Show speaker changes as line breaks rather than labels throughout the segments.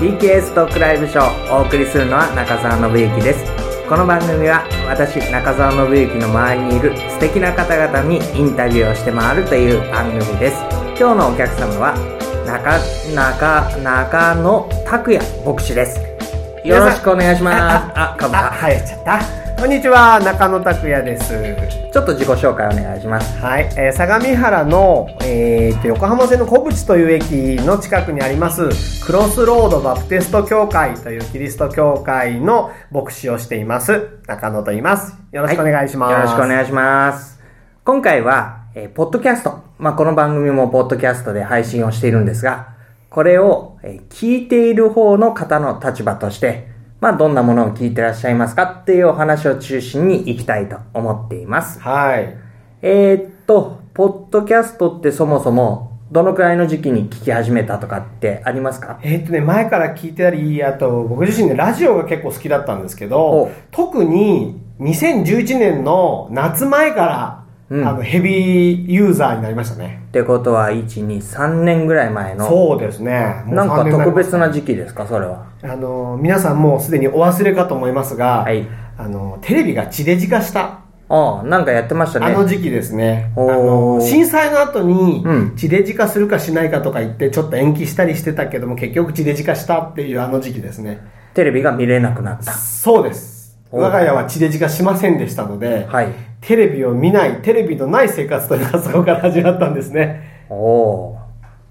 BTS トークライブショーお送りするのは中澤信之ですこの番組は私中澤信之の周りにいる素敵な方々にインタビューをして回るという番組です今日のお客様は中中中野拓也牧師ですよろしくお願いしますあかぶ
あ、
だ
入っちゃった。こんにちは、中野拓也です。
ちょっと自己紹介お願いします
はい、えー相模原の、えーと横浜線の小淵という駅の近くにあります、クロスロードバプテスト教会というキリスト教会の牧師をしています、中野と言います。よろしくお願いします。
よろしくお願いします。今回は、えーポッドキャスト。まあ、この番組もポッドキャストで配信をしているんですが、これを、えー聞いている方の方の立場として、まあ、どんなものを聞いてらっしゃいますかっていうお話を中心にいきたいと思っています。
はい。
えーっと、ポッドキャストってそもそも、どのくらいの時期に聞き始めたとかってありますか
えーっとね、前から聞いてたり、あと僕自身ね、ラジオが結構好きだったんですけ
お
ど、特に2011年の夏前から、
うん
あのヘビーユーザーになりましたね。
ってことは、1、2、3年ぐらい前の、
そうですね。もう
なんか
3年前
特別な時期ですか、それは。
あの、皆さんもうすでにお忘れかと思いますが、
はい
あの、テレビが地デジ化した、
ああ、なんかやってましたね。
あの時期ですね。あ
おー
の震災の後に
うん、
地デジ化するかしないかとか言って、ちょっと延期したりしてたけども、結局地デジ化したっていうあの時期ですね。
テレビが見れなくなった。
そうです。
おー
我が家は地デジ化しませんでしたので、
はい。
テレビを見ない、テレビのない生活というのがそこから始まったんですね。
おお。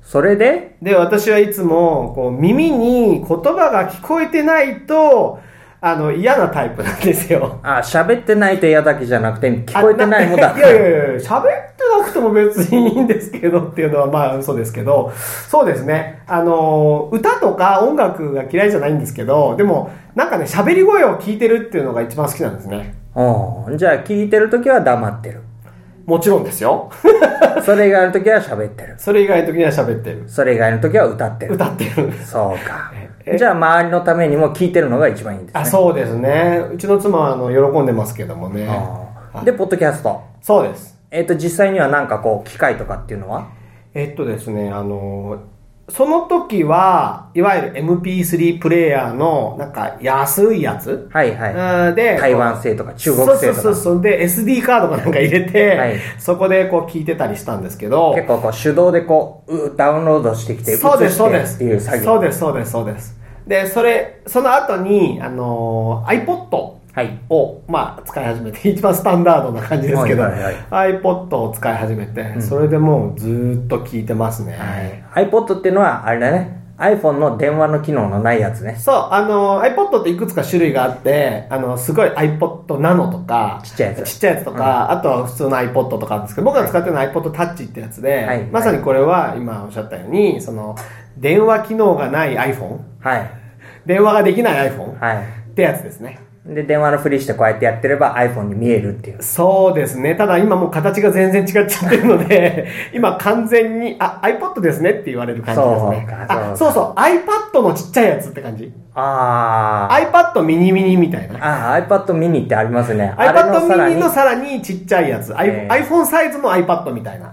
それで、
で、私はいつも、こう、耳に言葉が聞こえてないと、あの、嫌なタイプなんですよ。
あ、喋ってないと嫌だけじゃなくて、 聞こえてないもんだ。
あいやいやいやいや、喋ってなくても別にいいんですけどっていうのは、まあ、嘘ですけど、そうですね。あの、歌とか音楽が嫌いじゃないんですけど、でも、なんかね、喋り声を聞いてるっていうのが一番好きなんですね。
おーじゃあ、聞いてるときは黙って る。
もちろんですよ。
それ以外のときは喋ってる。
それ以外の時には喋ってる。
それ以外のときは歌ってる。
歌ってる。
そうか
え。
じゃあ、周りのためにも聞いてるのが一番いいんですね。
あ、そうですね。うちの妻は、あの、喜んでますけどもね。
あーで、ポッドキャスト。
そうです。
えっ、と、実際にはなんかこう、機械とかっていうのは
えっとですね、あの、その時は、いわゆる MP3 プレイヤーの、なんか、安いやつ、
はいは
あーで、
い。台湾製とか中国製とか。
そうそうそうそう。で、SD カードかなんか入れて、
はい
そこでこう聞いてたりしたんですけど、
結構こう、手動でこう、うダウンロードしてきて、
そうです、そう
映
で
し
す。
てっていう作業。
そうです、そうです、そうです。で、それ、その後に、あの、iPod
はい。
を、まあ、使い始めて、一番スタンダードな感じですけど、
はいはい
iPod を使い始めて、それでもうずーっと聞いてますね。
はい、iPod っていうのは、あれだね。iPhone の電話の機能のないやつね。
そう、あの、iPod っていくつか種類があって、あの、すごい iPod Nano とか、
ちっちゃいやつ
ちっちゃいやつとか、あとは普通の iPod とかあるんですけど、僕が使ってるのは iPod Touch ってやつで、
はい
まさにこれは今おっしゃったように、その、電話機能がない iPhone、
はい。は
電話ができない iPhone
い。
ってやつですね。
で、電話のふりしてこうやってやってれば iPhone に見えるっていう。
そうですね。ただ今もう形が全然違っちゃってるの で、今完全に、あ、iPod ですねって言われる感じですね。
そうか
あそうそう、iPad のちっちゃいやつって感じ。
あ
iPad ミニミニみたいな
ー。。あー、iPad mini ってありますね。あれ
iPad
のさら
mini
に
の、さらにちっちゃいやつ、
えー
I- iPhone サイズの iPad みたいな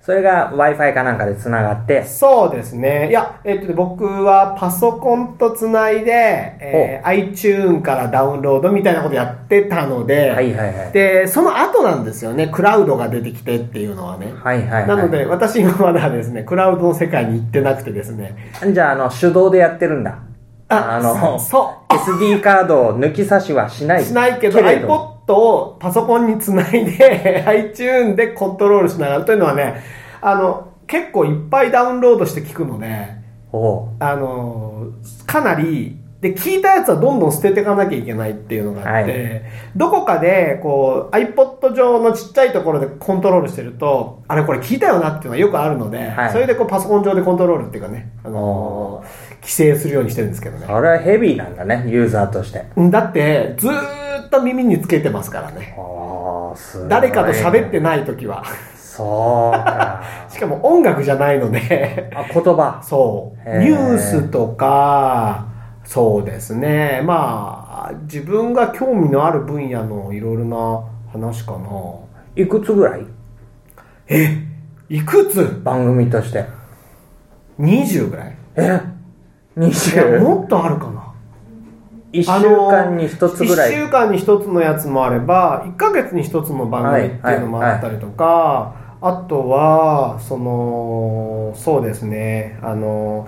それが Wi-Fi かなんかで繋がって、
そうですねいや、えっとね、僕はパソコンとつないで、えー iTune からダウンロードみたいなことやってたので、
はいはいはい
でその後なんですよねクラウドが出てきてっていうのはね、
はいはいはい
なので私今まだですねクラウドの世界に行ってなくてですね
じゃあ、あの、手動でやってるんだ。
あ
の、
そ
SD カードを抜き差しはしない。
しないけど
れも
iPod をパソコンにつないで iTune でコントロールしながらというのはねあの結構いっぱいダウンロードして聞くので
おう
あのかなりで聞いたやつはどんどん捨てていかなきゃいけないっていうのがあって、
は
どこかでこう iPod 上のちっちゃいところでコントロールしてるとあれこれ聞いたよなっていうのがよくあるので、
はい
それでこうパソコン上でコントロールっていうかね、あの規制するようにしてるんですけどね
あれはヘビーなんだね、ユーザーとして。
だってずーっと耳につけてますからね
ああ、すごい
誰かと喋ってない時は
そうか。
しかも音楽じゃないので
あ、言葉。
そう
へー
ニュースとかそうですねまあ自分が興味のある分野のいろいろな話かない
くつぐらい
えいくつ
番組として。
?20 ぐらい
え
い や
20
もっとあるかな
1週間に1つぐらい
1週間に1つのやつもあれば1ヶ月に1つの番組っていうのもあったりとか、あとはそのそうですねあの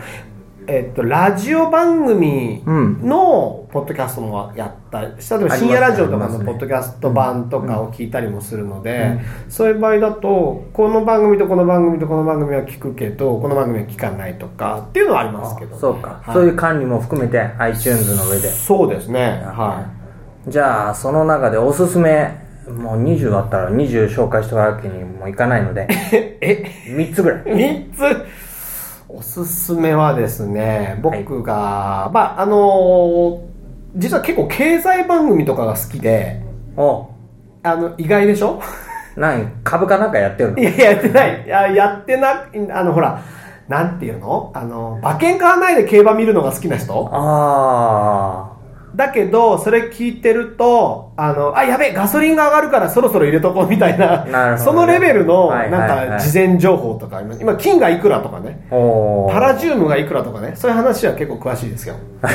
えっとラジオ番組
うん
のポッドキャストもやったり、例えば深夜ラジオとかのポッドキャスト版とかを聞いたりもするので、そういう場合だとこの番組とこの番組とこの番組は聞くけどこの番組は聞かないとかっていうのはありますけど、
そうか、
はい
そういう管理も含めて iTunes の上で
そうですねはい。
じゃあその中でおすすめもう20あったら20紹介してもらうわけにもいかないので
え
3つぐらい
三つおすすめはですね、僕が、まあ、あのー実は結構経済番組とかが好きで、
お
あの、意外でしょ
何株かなんかやってるの
いや、やってない。いや、やってな、あの、ほら、なんていうのあの、馬券買わないで競馬見るのが好きな人
あ
だけど、それ聞いてると、あの、あ、やべえ、ガソリンが上がるからそろそろ入れとこうみたいな、
なるほど
そのレベルの、
は
ないん
はいはい
か、事前情報とかあります、今、金がいくらとかね。
あおお
パラジウムがいくらとかね、そういう話は結構詳しいですよ。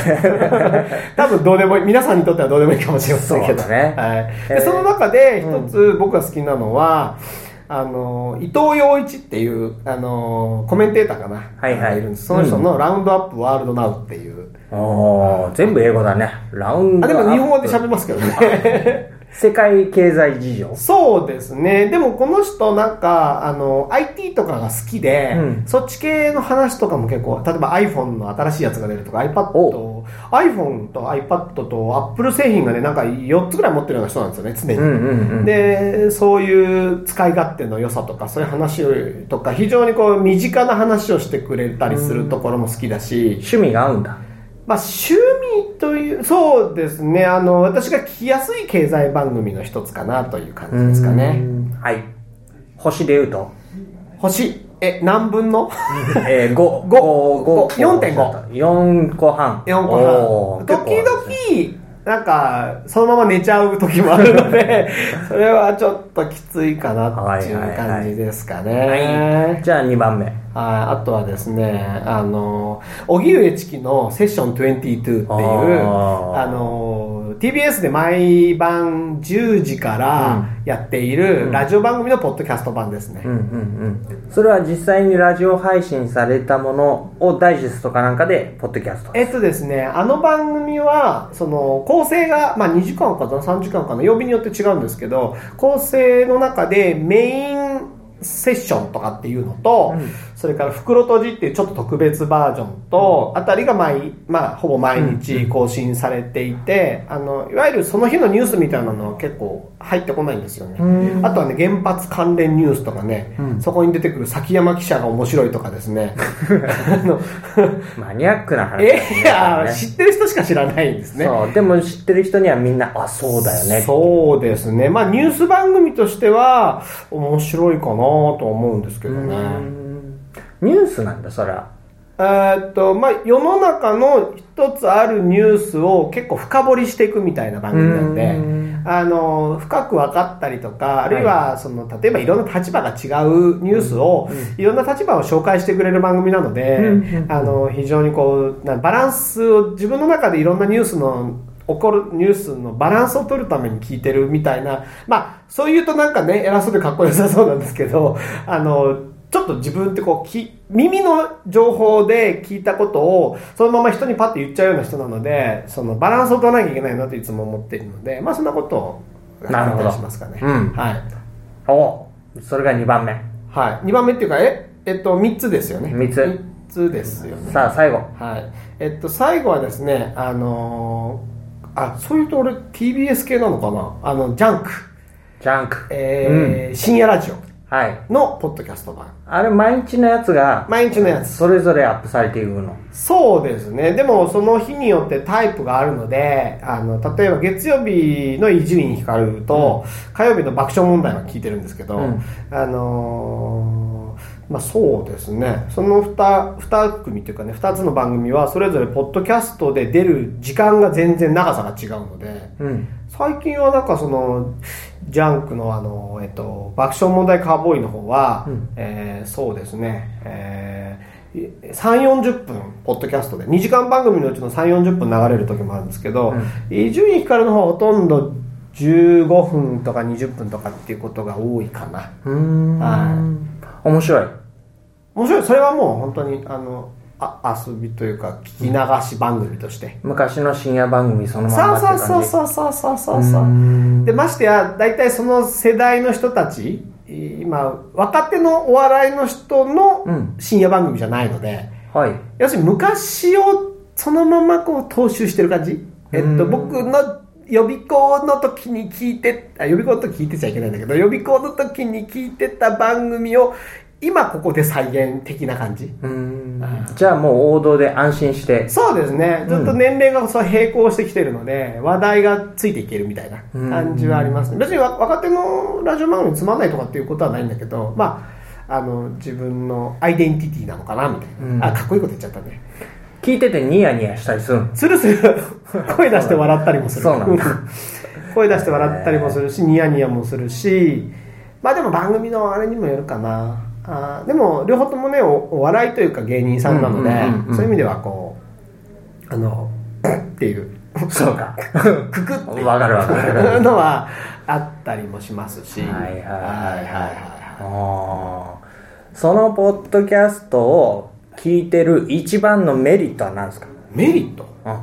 多分どうでもいい、皆さんにとってはどうでもいいかもしれませんけど
そうだね
はい、
えー
でその中で一つ僕が好きなのは、あの、伊藤洋一っていう、あの、コメンテーターかな。
はいはい
るんです。その人のラウンドアップワールドナウっていう。
おー全部英語だねラウンド
あ、でも日本語で
アッ
喋りますけどね。
プ世界経済事情
そうですね。でもこの人なんか、あの、IT とかが好きで、
うん
そっち系の話とかも結構、例えば iPhone の新しいやつが出るとか、iPad
お
と、iPhone と iPad と Apple 製品がね、なんか4つぐらい持ってるような人なんですよね、常
う
に。
んうんうん
で、そういう使い勝手の良さとか、そういう話とか、非常にこう、身近な話をしてくれたりするところも好きだし、
趣味が合うんだ
まあ、趣味という、そうですね、あの、私が聞きやすい経済番組の一つかなという感じですかね。
うんはい星で言う と
星、え、何分の
えー、5、5、5、
4.5
4個半。
?4
お
個
ー
半。時々、なんか、そのまま寝ちゃう時もあるので、 それはちょっときついかなっていう
はいはいはい
感じですか
はい。
ね。
じゃあ2番目。
はい、あとはですね、あの、荻上チキのセッション22っていう、
あー
あの、TBS で毎晩10時からやっているラジオ番組のポッドキャスト版ですね。
うんうんうん。それは実際にラジオ配信されたものをダイジェストかなんかで、ポッドキャスト。
えっとですね、あの番組は、その、構成が、まあ、2時間かな、3時間かな、曜日によって違うんですけど、構成の中でメインセッションとかっていうのと、
うん
それから袋閉じっていうちょっと特別バージョンと、あたりが毎、まあ、ほぼ毎日更新されていて、あの、いわゆるその日のニュースみたいなのは結構入ってこないんですよね。
うん
あとはね、原発関連ニュースとかね、
うん
そこに出てくる崎山記者が面白いとかで すね、あの、
マニアックな話です
え
ね。
いや、
ね
知ってる人しか知らないんですね。
そう。でも知ってる人にはみんな、あ、そうだよね。
そうですね。まあ、ニュース番組としては、面白いかなと思うんですけど
う
ね。
んニュースなんだ、それは。
えーっと、まあ、世の中の一つあるニュースを結構深掘りしていくみたいな番組なん
う
で
ん、
あの、深く分かったりとか、あるいは、その、例えばいろんな立場が違うニュースを、いろんな立場を紹介してくれる番組なので、
うん
あの非常にこうなバランスを自分の中でいろんなニュースの起こるニュースのバランスを取るために聞いてるみたいなまあそういうとなんかね偉そうでかっこよさそうなんですけどあのちょっと自分ってこうき耳の情報で聞いたことをそのまま人にパッと言っちゃうような人なのでそのバランスを取らなきゃいけないなといつも思っているのでまあそんなことを
なるほど
考えたりしますかね、
うん
はい、
おそれが2番目。
はい、2番目っていうかええっと3つですよね
三つ
3つですよね
さあ、最後。
はい。えっと、最後はですね、あのーあ、そういうと俺 TBS 系なのかなあの、ジャンク、
ジャンク。
えー深夜ラジオ
うん。はい。
のポッドキャスト版。
あれ、毎日のやつが、
毎日のやつ。
それぞれアップされていくの。
そうですね。でも、その日によってタイプがあるので、あの、例えば月曜日の伊集院光と、火曜日の爆笑問題は聞いてるんですけど、
うん
あのーまあそうですね。その二二組というかね、二つの番組は、それぞれポッドキャストで出る時間が全然長さが違うので、
うん。
最近はなんかそのジャンクのあの、えっと、爆笑問題カーボーイの方は、えーそうですね、えー3、40分、ポッドキャストで、2時間番組のうちの3、40分流れる時もあるんですけど、伊集院光の方はほとんど15分とか20分とかっていうことが多いかな。
うーん
は
面白い
面白い、それはもう本当に、あの、あ遊びというか、聞き流し番組として。
昔の深夜番組そのまん
そ
ま
う
って感じ
そうそうそうそうそうそう
う
でましてや大体その世代の人たち今若手のお笑いの人
うん
の深夜番組じゃないので、
はい
要するに昔をそのままこう踏襲してる感じ、えっと、僕の予備校の時に聞いてあ予備校の時聞いてちゃいけないんだけど予備校の時に聞いてた番組を今ここで再現的な感じ、
うーんじゃあもう王道で安心して
そうですね。ずっと年齢がそう並行してきてるので、話題がついていけるみたいな感じはありますね。別にわ若手のラジオ番組つまんないとかっていうことはないんだけど、まあ、あの、自分のアイデンティティなのかな、みたいな。
うん
あ、かっこいいこと言っちゃったね。
聞いててニヤニヤしたりするの
するする。 声出して笑ったりもする。
そうなんだ
声出して笑ったりもするし、ニヤニヤもするし、まあでも番組のあれにもよるかな。あーでも、両方ともねお、お笑いというか芸人さんなので、
うんうんうんうん
そういう意味ではこう、あの、 っていう。
そう か
くくっ
わかるわか る
て のはあったりもしますし。
はいはいはい
はいはい
あーそのポッドキャストを聞いてる一番のメリットは何ですか
メリット
うん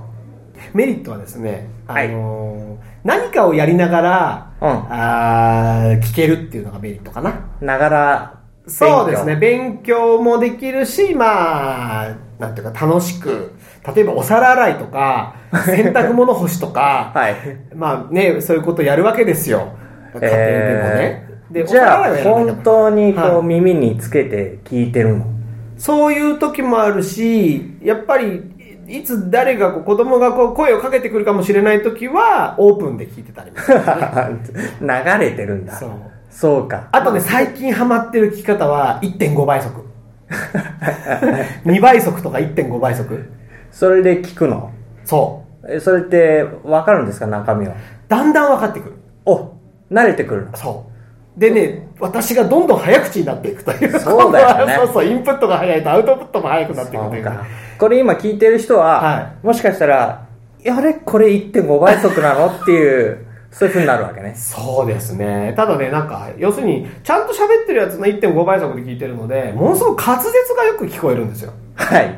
メリットはですね、
はい
あのー何かをやりながら、
うん
あー聞けるっていうのがメリットかな。
ながら勉強
そうですね。勉強もできるし、まあ、なんていうか楽しく、例えばお皿洗い とか、洗濯物干しとか、
はい
まあね、そういうことやるわけですよ。家庭でもね。で、お
じ
皿
ゃ
洗
あ
いはやらない
本
かも
当にこう、
はい
耳につけて聞いて るの
そういう時もあるし、やっぱり、いつ誰がこう子供がこう声をかけてくるかもしれない時は、オープンで聞いてたりも する
流れてるんだ
そう
そうか
あとね、最近ハマってる聞き方は、1.5倍速。2倍速とか1.5倍速。
それで聞くの
そう。
えそれって分かるんですか中身は
だんだん分かってくる
お慣れてくるの
そうでね私がどんどん早口になっていくという
そうだよね
そうそうインプットが早いとアウトプットも早くなっていくと
そ
いうう
かこれ今聞いてる人は、
は
もしかしたらいやあれこれ1.5倍速なのっていうそういうふうになるわけね
そうですねただねなんか要するにちゃんと喋ってるやつの1.5倍速で聞いてるのでものすごく滑舌がよく聞こえるんですよ
はい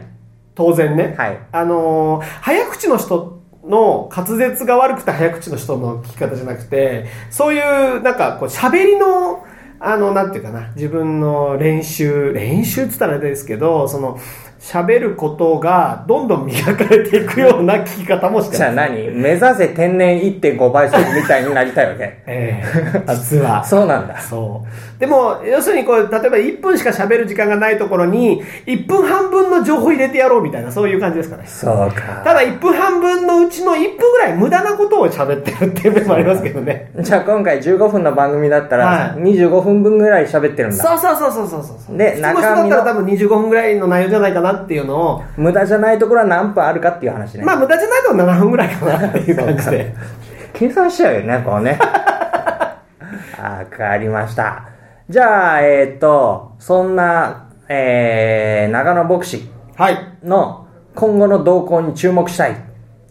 当然ね、
はい
あのー早口の人の滑舌が悪くて早口の人の聞き方じゃなくてそういうなんかこう喋りのあのなんていうかな自分の練習練習って言ったらあれですけどその喋ることがどんどん磨かれていくような聞き方もして
じゃあ
ます、
何目指せ天然1.5倍速みたいになりたいわけ
ええ実は
そうなんだ
そう。でも、要するにこう、例えば1分しか喋る時間がないところに、1分半分の情報入れてやろうみたいな、そういう感じですかね。
そうか
ただ1分半分のうちの1分ぐらい無駄なことを喋ってるっていう面もありますけどね。
じゃあ今回15分の番組だったら
はい
25分分ぐらい喋ってるんだ、
そうそうそうそうそうそう。
で
普通の人だったら多分25分ぐらいの内容じゃないかなっていうのを、
無駄じゃないところは何分あるかっていう話ね、
まあ無駄じゃないと7分ぐらいかなっていう感じで。
計算しちゃうよねこう ねわかりましたじゃあえっ、とそんな、えー、長野牧師
はい。
の今後の動向に注目したい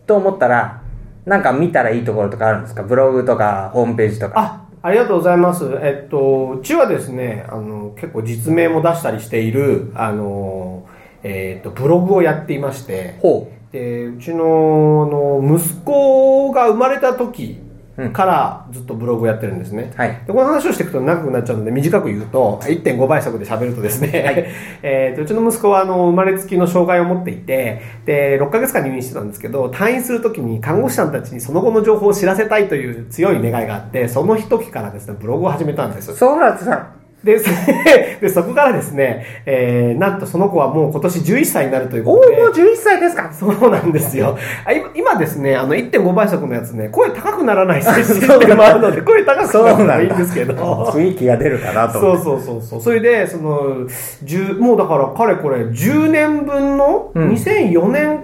と思ったらなんか見たらいいところとかあるんですかブログとかホームページとか
あ、ありがとうございます。えっと、うちはですね、あの、結構実名も出したりしている、あの、えっと、ブログをやっていまして、
ほ
でうちのあの息子が生まれた時からずっとブログをやってるんですね、
はい
でこの話をしていくと長くなっちゃうので短く言うと1.5倍速で喋るとですね、 えーとうちの息子はあの生まれつきの障害を持っていてで6ヶ月間入院してたんですけど退院する時に看護師さんたちにその後の情報を知らせたいという強い願いがあってその時からですねブログを始めたんです
うそうなんですか
で、そ でそこからですね、えーなんとその子はもう今年11歳になるということで。
もう11歳ですか
そうなんですよ。あ今今ですね、あの1.5倍速のやつね、声高くな らない性質っていうのもあるので、声高くならないいんですけど。
雰囲気が出るかなと
そ
思
う
って
そうそうそう。それで、その、10もうだから、かれこれ、10年分の、
うん
2004年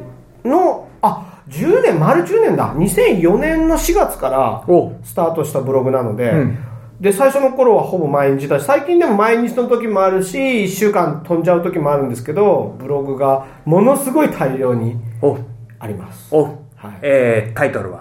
の、あ、10年、丸10年だ。2004年の4月から
お
スタートしたブログなので、
うん
で、最初の頃はほぼ毎日だし、最近でも毎日の時もあるし、一週間飛んじゃう時もあるんですけど、ブログがものすごい大量に
お
あります。
お、
はい
えー、タイトルは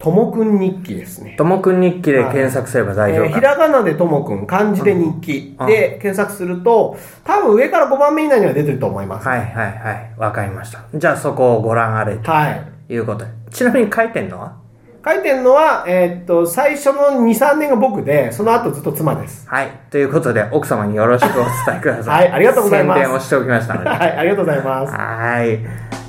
ともくん日記ですね。
ともくん日記で検索すれば大丈
えー
夫
ひ
か。
らがなでともくん、漢字で日記
うん
で検索すると、多分上から5番目以内には出てると思います。
はいはいはい。わかりました。じゃあそこをご覧あれ
はい。
ということで。ちなみに書いてんのは
書いてるのは、えーっと、最初の2、3年が僕で、その後ずっと妻です。
はい。ということで、奥様によろしくお伝えください。
はいありがとうございます
宣伝をしておきましたので。
はい、ありがとうございます。
はい。